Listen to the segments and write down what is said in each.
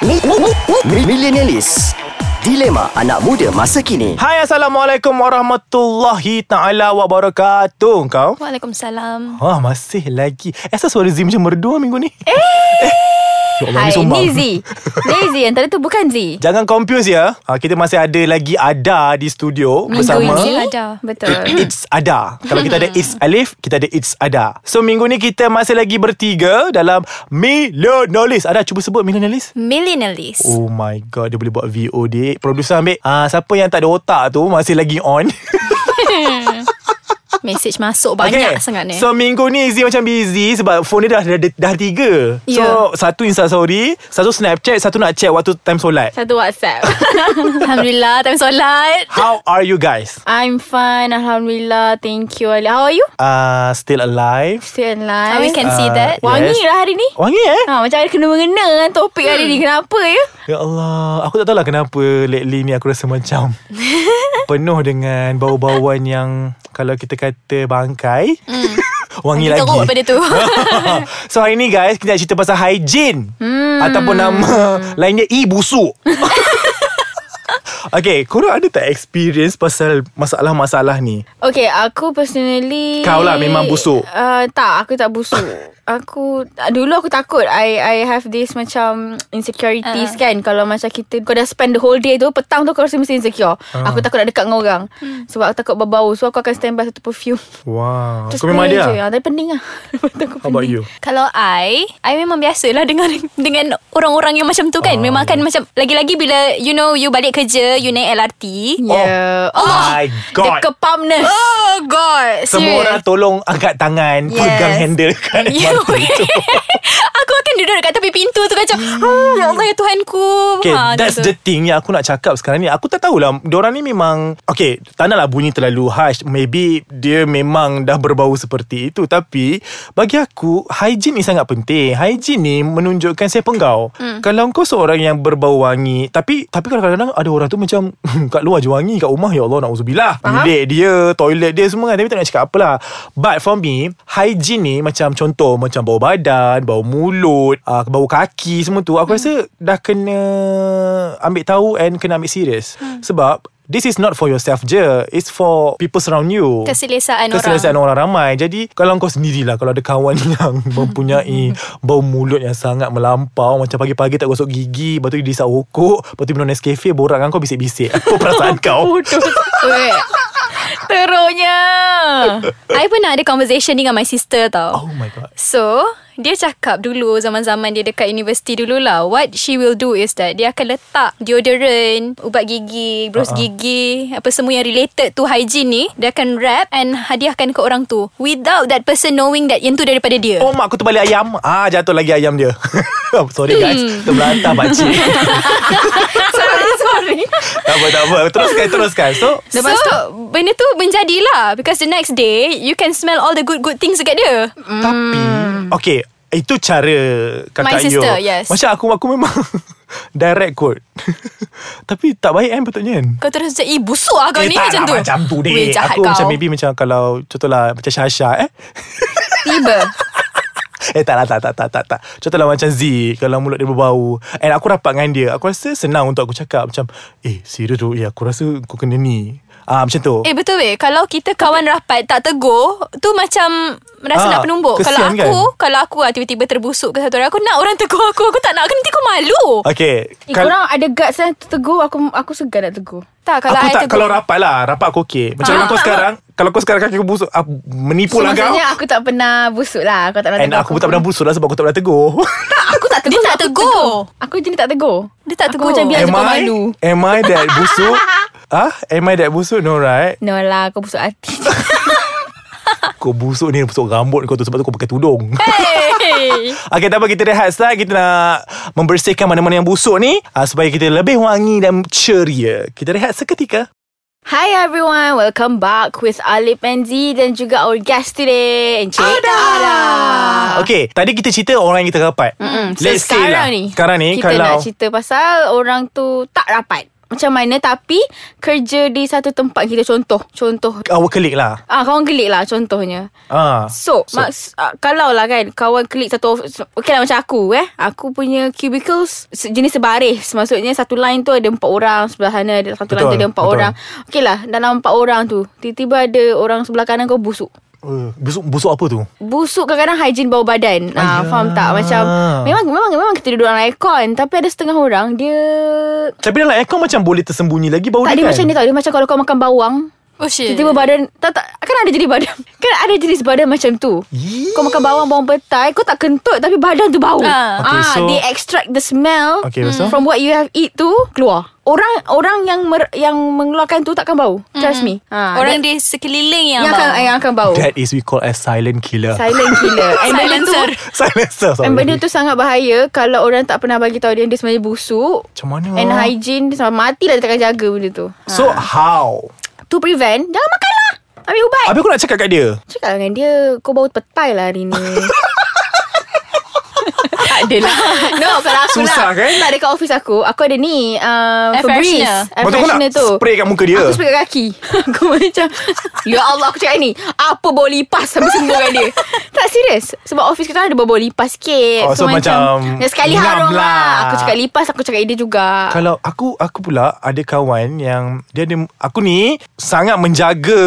Mi- mi- mi- mi- Millenialis Dilema anak muda masa kini Hai Assalamualaikum warahmatullahi ta'ala wabarakatuh Kau? Waalaikumsalam. Wah masih lagi Asal suara Z macam merdu lah minggu ni Eh, Ya Allah, ni Hai, sumbang. ni Z. Ni Z. Yang tadi tu bukan Z. Jangan confuse ya ha, Kita masih ada lagi Ada di studio Minggu Bersama ini ada. Betul. It's Ada Kalau kita ada It's Alif Kita ada It's Ada So minggu ni kita masih lagi bertiga Dalam Millionalis Ada cuba sebut Millionalis Millennialist. Oh my god Dia boleh buat VOD Producer ambil ah, Siapa yang tak ada otak tu Masih lagi on Message masuk banyak sangat ni. Ah, kan? So minggu ni Izzy macam busy Sebab phone dia dah, dah, dah, dah tiga Ya. So satu instastory Satu snapchat Satu nak check waktu time solat Satu WhatsApp. Alhamdulillah, time solat. How are you guys? I'm fine. Alhamdulillah. Thank you. Ali. How are you? Uh, still alive? Still Ah, alive. we can see that. Wangi Yes. Hmm. lah hari ni. Wangi eh? Ah. Ha, macam ada kena-mengena dengan topik hari ni. Kenapa ya? Ya Allah Aku tak tahulah kenapa Lately ni aku rasa macam Penuh dengan Bau-bauan yang Kalau kita kata Bangkai Wangi lagi Hmm. Teruk pada tu. So hari ni guys Kita nak cerita pasal hygiene hmm. Ataupun nama Lainnya E busuk Okay Korang ada tak experience Pasal masalah-masalah ni Okay, aku personally... Kau lah memang busuk. Uh, tak, aku tak busuk. aku... Dulu aku takut. I I have this macam Ah. insecurities uh. kan. Kalau macam kita... Kau dah spend the whole day tu. Petang tu kau rasa mesti insecure. Ah. Uh. Aku takut nak dekat dengan orang. Hmm. Sebab aku takut berbau. So aku akan stand by satu perfume. Wow Terus Kau memang spray ada je. lah Ah, Tapi pening lah. Lepas tu aku How about pening. you? Kalau I I memang biasalah dengan Dengan orang-orang yang macam tu Ah. kan Memang akan macam Lagi-lagi bila You know You balik kerja You naik LRT Yeah. Oh my God. The kepamness. Oh god Semua orang tolong angkat tangan yes. Yes. Pegang handle kat You Aku akan duduk dekat tepi pintu tu Macam hmm, Ya Allah ya Tuhanku Okay, ha, Ha, that's tu. the thing yang aku nak cakap sekarang ni. Aku tak tahulah, diorang ni memang... Okay, tak naklah bunyi terlalu harsh. Maybe dia memang dah berbau seperti itu. Tapi, bagi aku, hygiene ni sangat penting. Hygiene ni menunjukkan siapa kau. Hmm. Kalau kau seorang yang berbau wangi, tapi tapi kadang-kadang ada orang tu macam, kat luar je wangi, kat rumah, ya Allah, na'udzubillah. Bilik dia, toilet dia semua kan. Tapi tak nak cakap apalah. But for me, hygiene ni macam contoh, macam bau badan, bau mulut, uh, bau kaki semua tu. Aku hmm. rasa dah kena ambil tahu and kena ambil serious. Hmm. Sebab This is not for yourself je It's for people surround you Keselesaan orang. Keselesaan orang ramai Jadi Kalau kau sendirilah Kalau ada kawan yang Mempunyai Bau mulut yang sangat melampau Macam pagi-pagi tak gosok gigi Lepas tu dia disak rokok Lepas tu minum Nescafe Borak dengan kau bisik-bisik Apa perasaan kau Weh. Teruknya. I pernah ada conversation dengan my sister tau Oh my god So Dia cakap dulu Zaman-zaman dia dekat universiti dulu lah What she will do is that Dia akan letak Deodorant Ubat gigi Ah, ah. Brus uh-uh. gigi Apa semua yang related to hygiene ni Dia akan wrap And hadiahkan ke orang tu Without that person knowing that Yang tu daripada dia Oh mak aku terbalik ayam Ah jatuh lagi ayam dia Sorry guys Hmm. Terbelantar pakcik Sorry, sorry. Tak apa tak apa Teruskan teruskan So Lepas so, tu Benda tu menjadilah Because the next day You can smell all the good-good things dekat dia Tapi Okay Itu cara Kakak Hmm. My sister, you yes. Macam aku Aku memang Direct quote Tapi tak baik kan Patutnya kan Kau terus macam Eh busuk lah kau eh, ni tak Macam lah tu macam tu dek Weh, jahat Aku kau. macam maybe macam Kalau Contohlah Macam Syasha eh Tiba Eh tak lah tak tak tak tak, tak. Contohlah macam Z Kalau mulut dia berbau And aku rapat dengan dia Aku rasa senang untuk aku cakap Macam Eh serius tu Eh aku rasa kau kena ni Ah Macam tu Eh betul weh Kalau kita kawan rapat Tak tegur Tu macam Rasa Ah, nak penumbuk Kalau kesian aku Kalau aku lah Tiba-tiba terbusuk ke satu orang Aku nak orang tegur aku Aku tak nak Aku nanti kau malu Okay Eh, korang ada guts lah tegur. Aku aku segan nak tegur. Tak kalau aku I tak tegur kalau rapat lah Rapat aku okey Macam eh, Ah, kalau kau tak, sekarang Kalau kau sekarang kaki aku busuk ah, Menipu lah kau maksudnya aku tak pernah busuk lah. Kau tak pernah And tegur aku pun tak pernah busuk lah Sebab aku tak pernah tegur Aku tak Dia tegur. tak aku tegur Aku jenis tak tegur. Dia tak Aku tegur macam biar je Am I kau malu. Am I that busuk Ah, Am I that busuk No right No lah, kau busuk hati. Kau busuk ni Busuk rambut kau tu Sebab tu kau pakai tudung Hey Okay tak apa kita rehat setelah Kita nak Membersihkan mana-mana yang busuk ni ah, Supaya kita lebih wangi dan ceria Kita rehat seketika Hi everyone, welcome back with Alip and Z dan juga our guest today, Encik Ada. Okay Tadi kita cerita orang yang kita rapat Ah. Mm-mm. Hmm, Ah. So Let's say sekarang lah, ni Sekarang ni Kita kalau nak cerita pasal Orang tu tak rapat macam mana tapi kerja di satu tempat kita contoh contoh Awak kelik lah ah kawan gelik lah contohnya ah. So, so maks, uh, kalau lah kan kawan klik satu of- okay lah macam aku eh. Aku punya cubicles se- jenis sebaris. Maksudnya satu line tu ada empat orang. Sebelah sana ada satu line tu Betul, ada empat betul. orang. Okay lah dalam empat orang tu. Tiba-tiba ada orang sebelah kanan kau busuk. Uh, busuk, busuk apa tu? Busuk kadang-kadang hygiene bau badan. Ah, Ayah. faham tak? Macam memang memang memang kita duduk dalam aircon tapi ada setengah orang dia Tapi dalam aircon macam boleh tersembunyi lagi bau tak dia dia kan? macam ni tau. Dia macam kalau kau makan bawang Oh shit Tiba-tiba badan tak, tak, Kan ada jenis badan Kan ada jenis badan macam tu Yee. Kau makan bawang Bawang petai Kau tak kentut Tapi badan tu bau Ah. Okay, ah, so- They extract the smell Okay, lepas tu? From what you have eat tu Keluar Orang orang yang mer, yang mengeluarkan tu Takkan bau Trust me ah, Orang di that- sekeliling yang, yang akan, bau. yang akan bau That is we call as silent killer Silent killer And benda tu Silencer Silencer sorry And benda tu sangat bahaya Kalau orang tak pernah bagi tahu dia Dia sebenarnya busuk Macam mana? And hygiene dia sama- Matilah dia takkan jaga benda tu So how? To prevent Jangan makan lah Ambil ubat Habis aku nak cakap kat dia Cakap dengan dia Kau bau petai lah hari ni Tak ada lah No kalau aku Susah, lah kan? Tak dekat office aku Aku ada ni um, Air Febreze freshener. Lepas Air tu kau nak freshener tu spray kat muka dia Aku spray kat kaki Aku macam Ya Allah aku cakap ni Apa bau lipas Sampai sembuh kat dia Tak serius Sebab office kita ada bau lipas sikit Oh, so macam Dan sekali ngam harum lah. lah Aku cakap lipas Aku cakap dia juga Kalau aku aku pula ada kawan yang dia ada aku ni sangat menjaga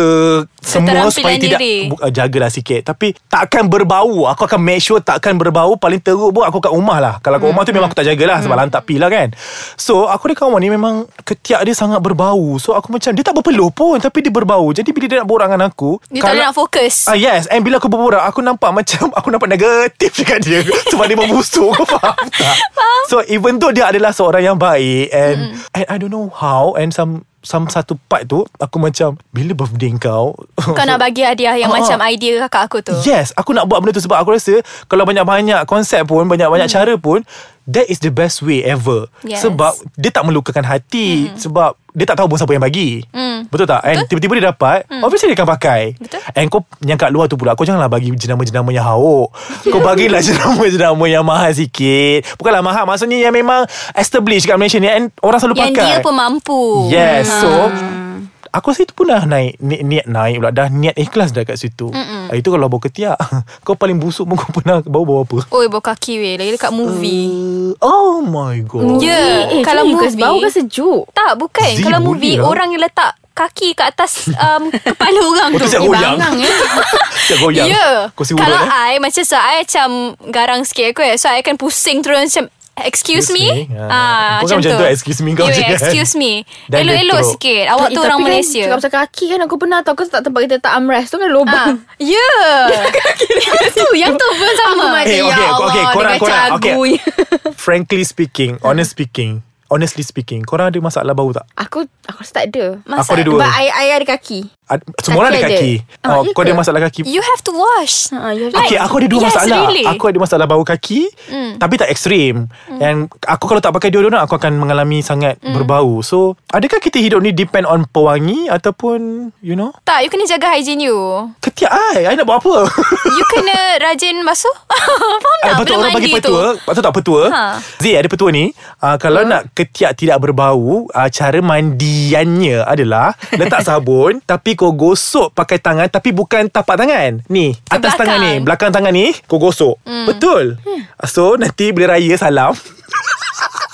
semua Keterampilan supaya tidak diri. bu- uh, jagalah sikit tapi takkan berbau. Aku akan make sure takkan berbau paling teruk pun aku kat rumah lah. Kalau kat rumah Hmm, tu memang aku tak jagalah sebab lantak pi lah kan. So aku ada kawan ni memang ketiak dia sangat berbau. So aku macam dia tak berpeluh pun tapi dia berbau. Jadi bila dia nak borak dengan aku Dia tak boleh nak fokus Ah yes And bila aku berborak Aku nampak macam Aku nampak negatif dekat dia Sebab dia membusuk Kau faham tak? Faham So even though dia adalah seorang yang baik And mm. And I don't know how And some Some satu part tu Aku macam Bila birthday kau Kau nak bagi hadiah yang Ah, macam ah. idea kakak aku tu Yes Aku nak buat benda tu Sebab aku rasa Kalau banyak-banyak konsep pun Banyak-banyak hmm. cara pun That is the best way ever Yes. Sebab Dia tak melukakan hati Sebab Dia tak tahu pun siapa yang bagi Hmm. Betul tak? And tiba-tiba dia dapat Obviously dia akan pakai Betul. And kau yang kat luar tu pula Kau janganlah bagi jenama-jenama yang hauk Kau bagilah jenama-jenama yang mahal sikit Bukanlah mahal Maksudnya yang memang Established kat Malaysia ni And orang selalu Yang pakai dia pun Oh. mampu Yes So Ah. Aku rasa itu pun dah naik ni, Niat naik pula Dah niat ikhlas dah kat situ Mm-mm. Itu kalau bau ketiak Kau paling busuk pun kau pernah bau-bau apa Ah. Oi bau kaki weh Lagi dekat movie uh, Oh my god Ya. Eh, Kalau kalau movie movie- Bau kan sejuk Tak bukan Zee Kalau boleh movie lah. Orang yang letak kaki kat atas um, Kepala orang Oh, tu tu siap Eh, goyang bangang, eh. Siap goyang Ya Kursi Kalau urut eh I Macam so I macam Garang sikit aku eh. So I akan pusing terus Macam Excuse Excuse me, me? Ah, Ah, kau kan macam tu, excuse me kau Ya, je kan? Excuse me Dan dia Elok-elok teruk. sikit Awak tu Eh, tapi orang kan Malaysia Cakap pasal kaki kan Aku pernah tau Kau tak tempat kita tak armrest Tu kan lubang Ah, Ya Yang tu Yang tu pun sama ya ya Eh, okay, okay, korang, dengan korang, okay. cagunya. Frankly speaking Honest speaking Honestly speaking Korang ada masalah bau tak? Ah. Aku Aku rasa tak ada Masa- Aku ada dua Sebab air, air ada kaki Ad- Semua orang ada Kaki kaki oh, ada. Ah, ya Kau ke? ada masalah kaki You have to wash Ha, you have to- Okay, Like, aku ada dua yes, masalah. really. Hmm. Aku ada masalah bau kaki, mm. tapi tak ekstrim. Mm. And aku kalau tak pakai deodorant, aku akan mengalami sangat Hmm. mm. berbau. So, adakah kita hidup ni depend on pewangi ataupun, you know, Tak you kena jaga hygiene you ketiak ai? Ai nak buat apa? You kena rajin basuh Faham Lepas tu tak? Belum Eh, orang bagi mandi tu petua Lepas tu tak petua Ha. ha. Zee ada petua ni uh, Kalau nak ketiak tidak berbau uh, Cara mandiannya adalah Letak sabun Tapi kau gosok pakai tangan Tapi bukan tapak tangan Ni Atas belakang. Hmm. tangan ni Belakang tangan ni Kau gosok Betul Ah, So nanti bila raya salam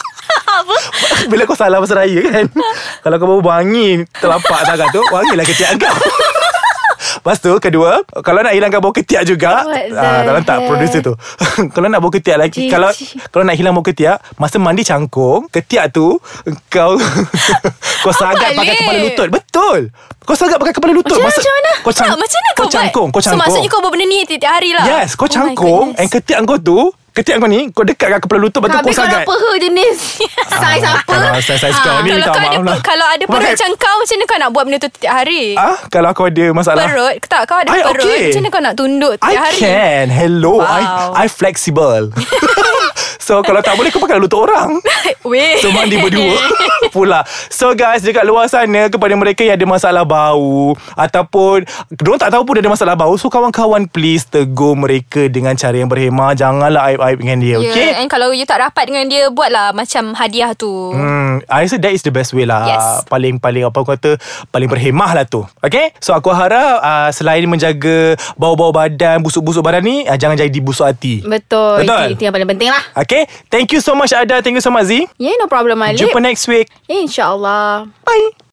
Bila kau salam masa raya kan Kalau kau baru wangi Telapak tangan tu Wangilah ketiak kau Lepas tu kedua Kalau nak hilangkan bau ketiak juga What the ah, Tak lantak heck? producer tu Kalau nak bau ketiak lagi Jijik. Kalau kalau nak hilang bau ketiak Masa mandi cangkung Ketiak tu Kau Kau sagat pakai Alif? kepala lutut Betul Kau sagat pakai kepala lutut Macam- macam mana? Kau, cang, tak, Macam mana kau, kau cangkung buat Kau cangkung So maksudnya kau buat benda ni Tiap hari lah Yes kau Oh my cangkung goodness. And ketiak kau tu Ketiak kau ni Kau dekat kat kepala lutut Lepas tu kau Habis kau nak sagat peha jenis Saiz apa Ah, Kalau saiz-saiz kau Ah, ni kalau Minta kau ada, maaf lah Kalau ada perut Pakai- macam kau Macam mana kau nak buat benda tu tiap hari Ah, kalau aku ada masalah Perut Tak kau ada I perut okay. Macam mana kau nak tunduk tiap I hari can Hello Wow. I I flexible So kalau tak boleh Kau pakai lutut orang Weh So mandi berdua pula So guys Dekat luar sana Kepada mereka yang ada masalah bau Ataupun Diorang tak tahu pun dia ada masalah bau So kawan-kawan please Tegur mereka Dengan cara yang berhemah Janganlah aib-aib dengan dia Yeah, Okay Ya, And kalau you tak rapat dengan dia Buatlah macam hadiah tu hmm. Hmm, I rasa that is the best way lah Yes. Paling-paling apa aku kata Paling berhemah lah tu Okay So aku harap uh, Selain menjaga Bau-bau badan Busuk-busuk badan ni uh, Jangan jadi busuk hati Betul. Betul. Itu, itu yang paling penting lah. Okay Thank you so much Ada Thank you so much Z Yeah, no problem, Malik. Ya, Jumpa next week Yeah, InsyaAllah. Bye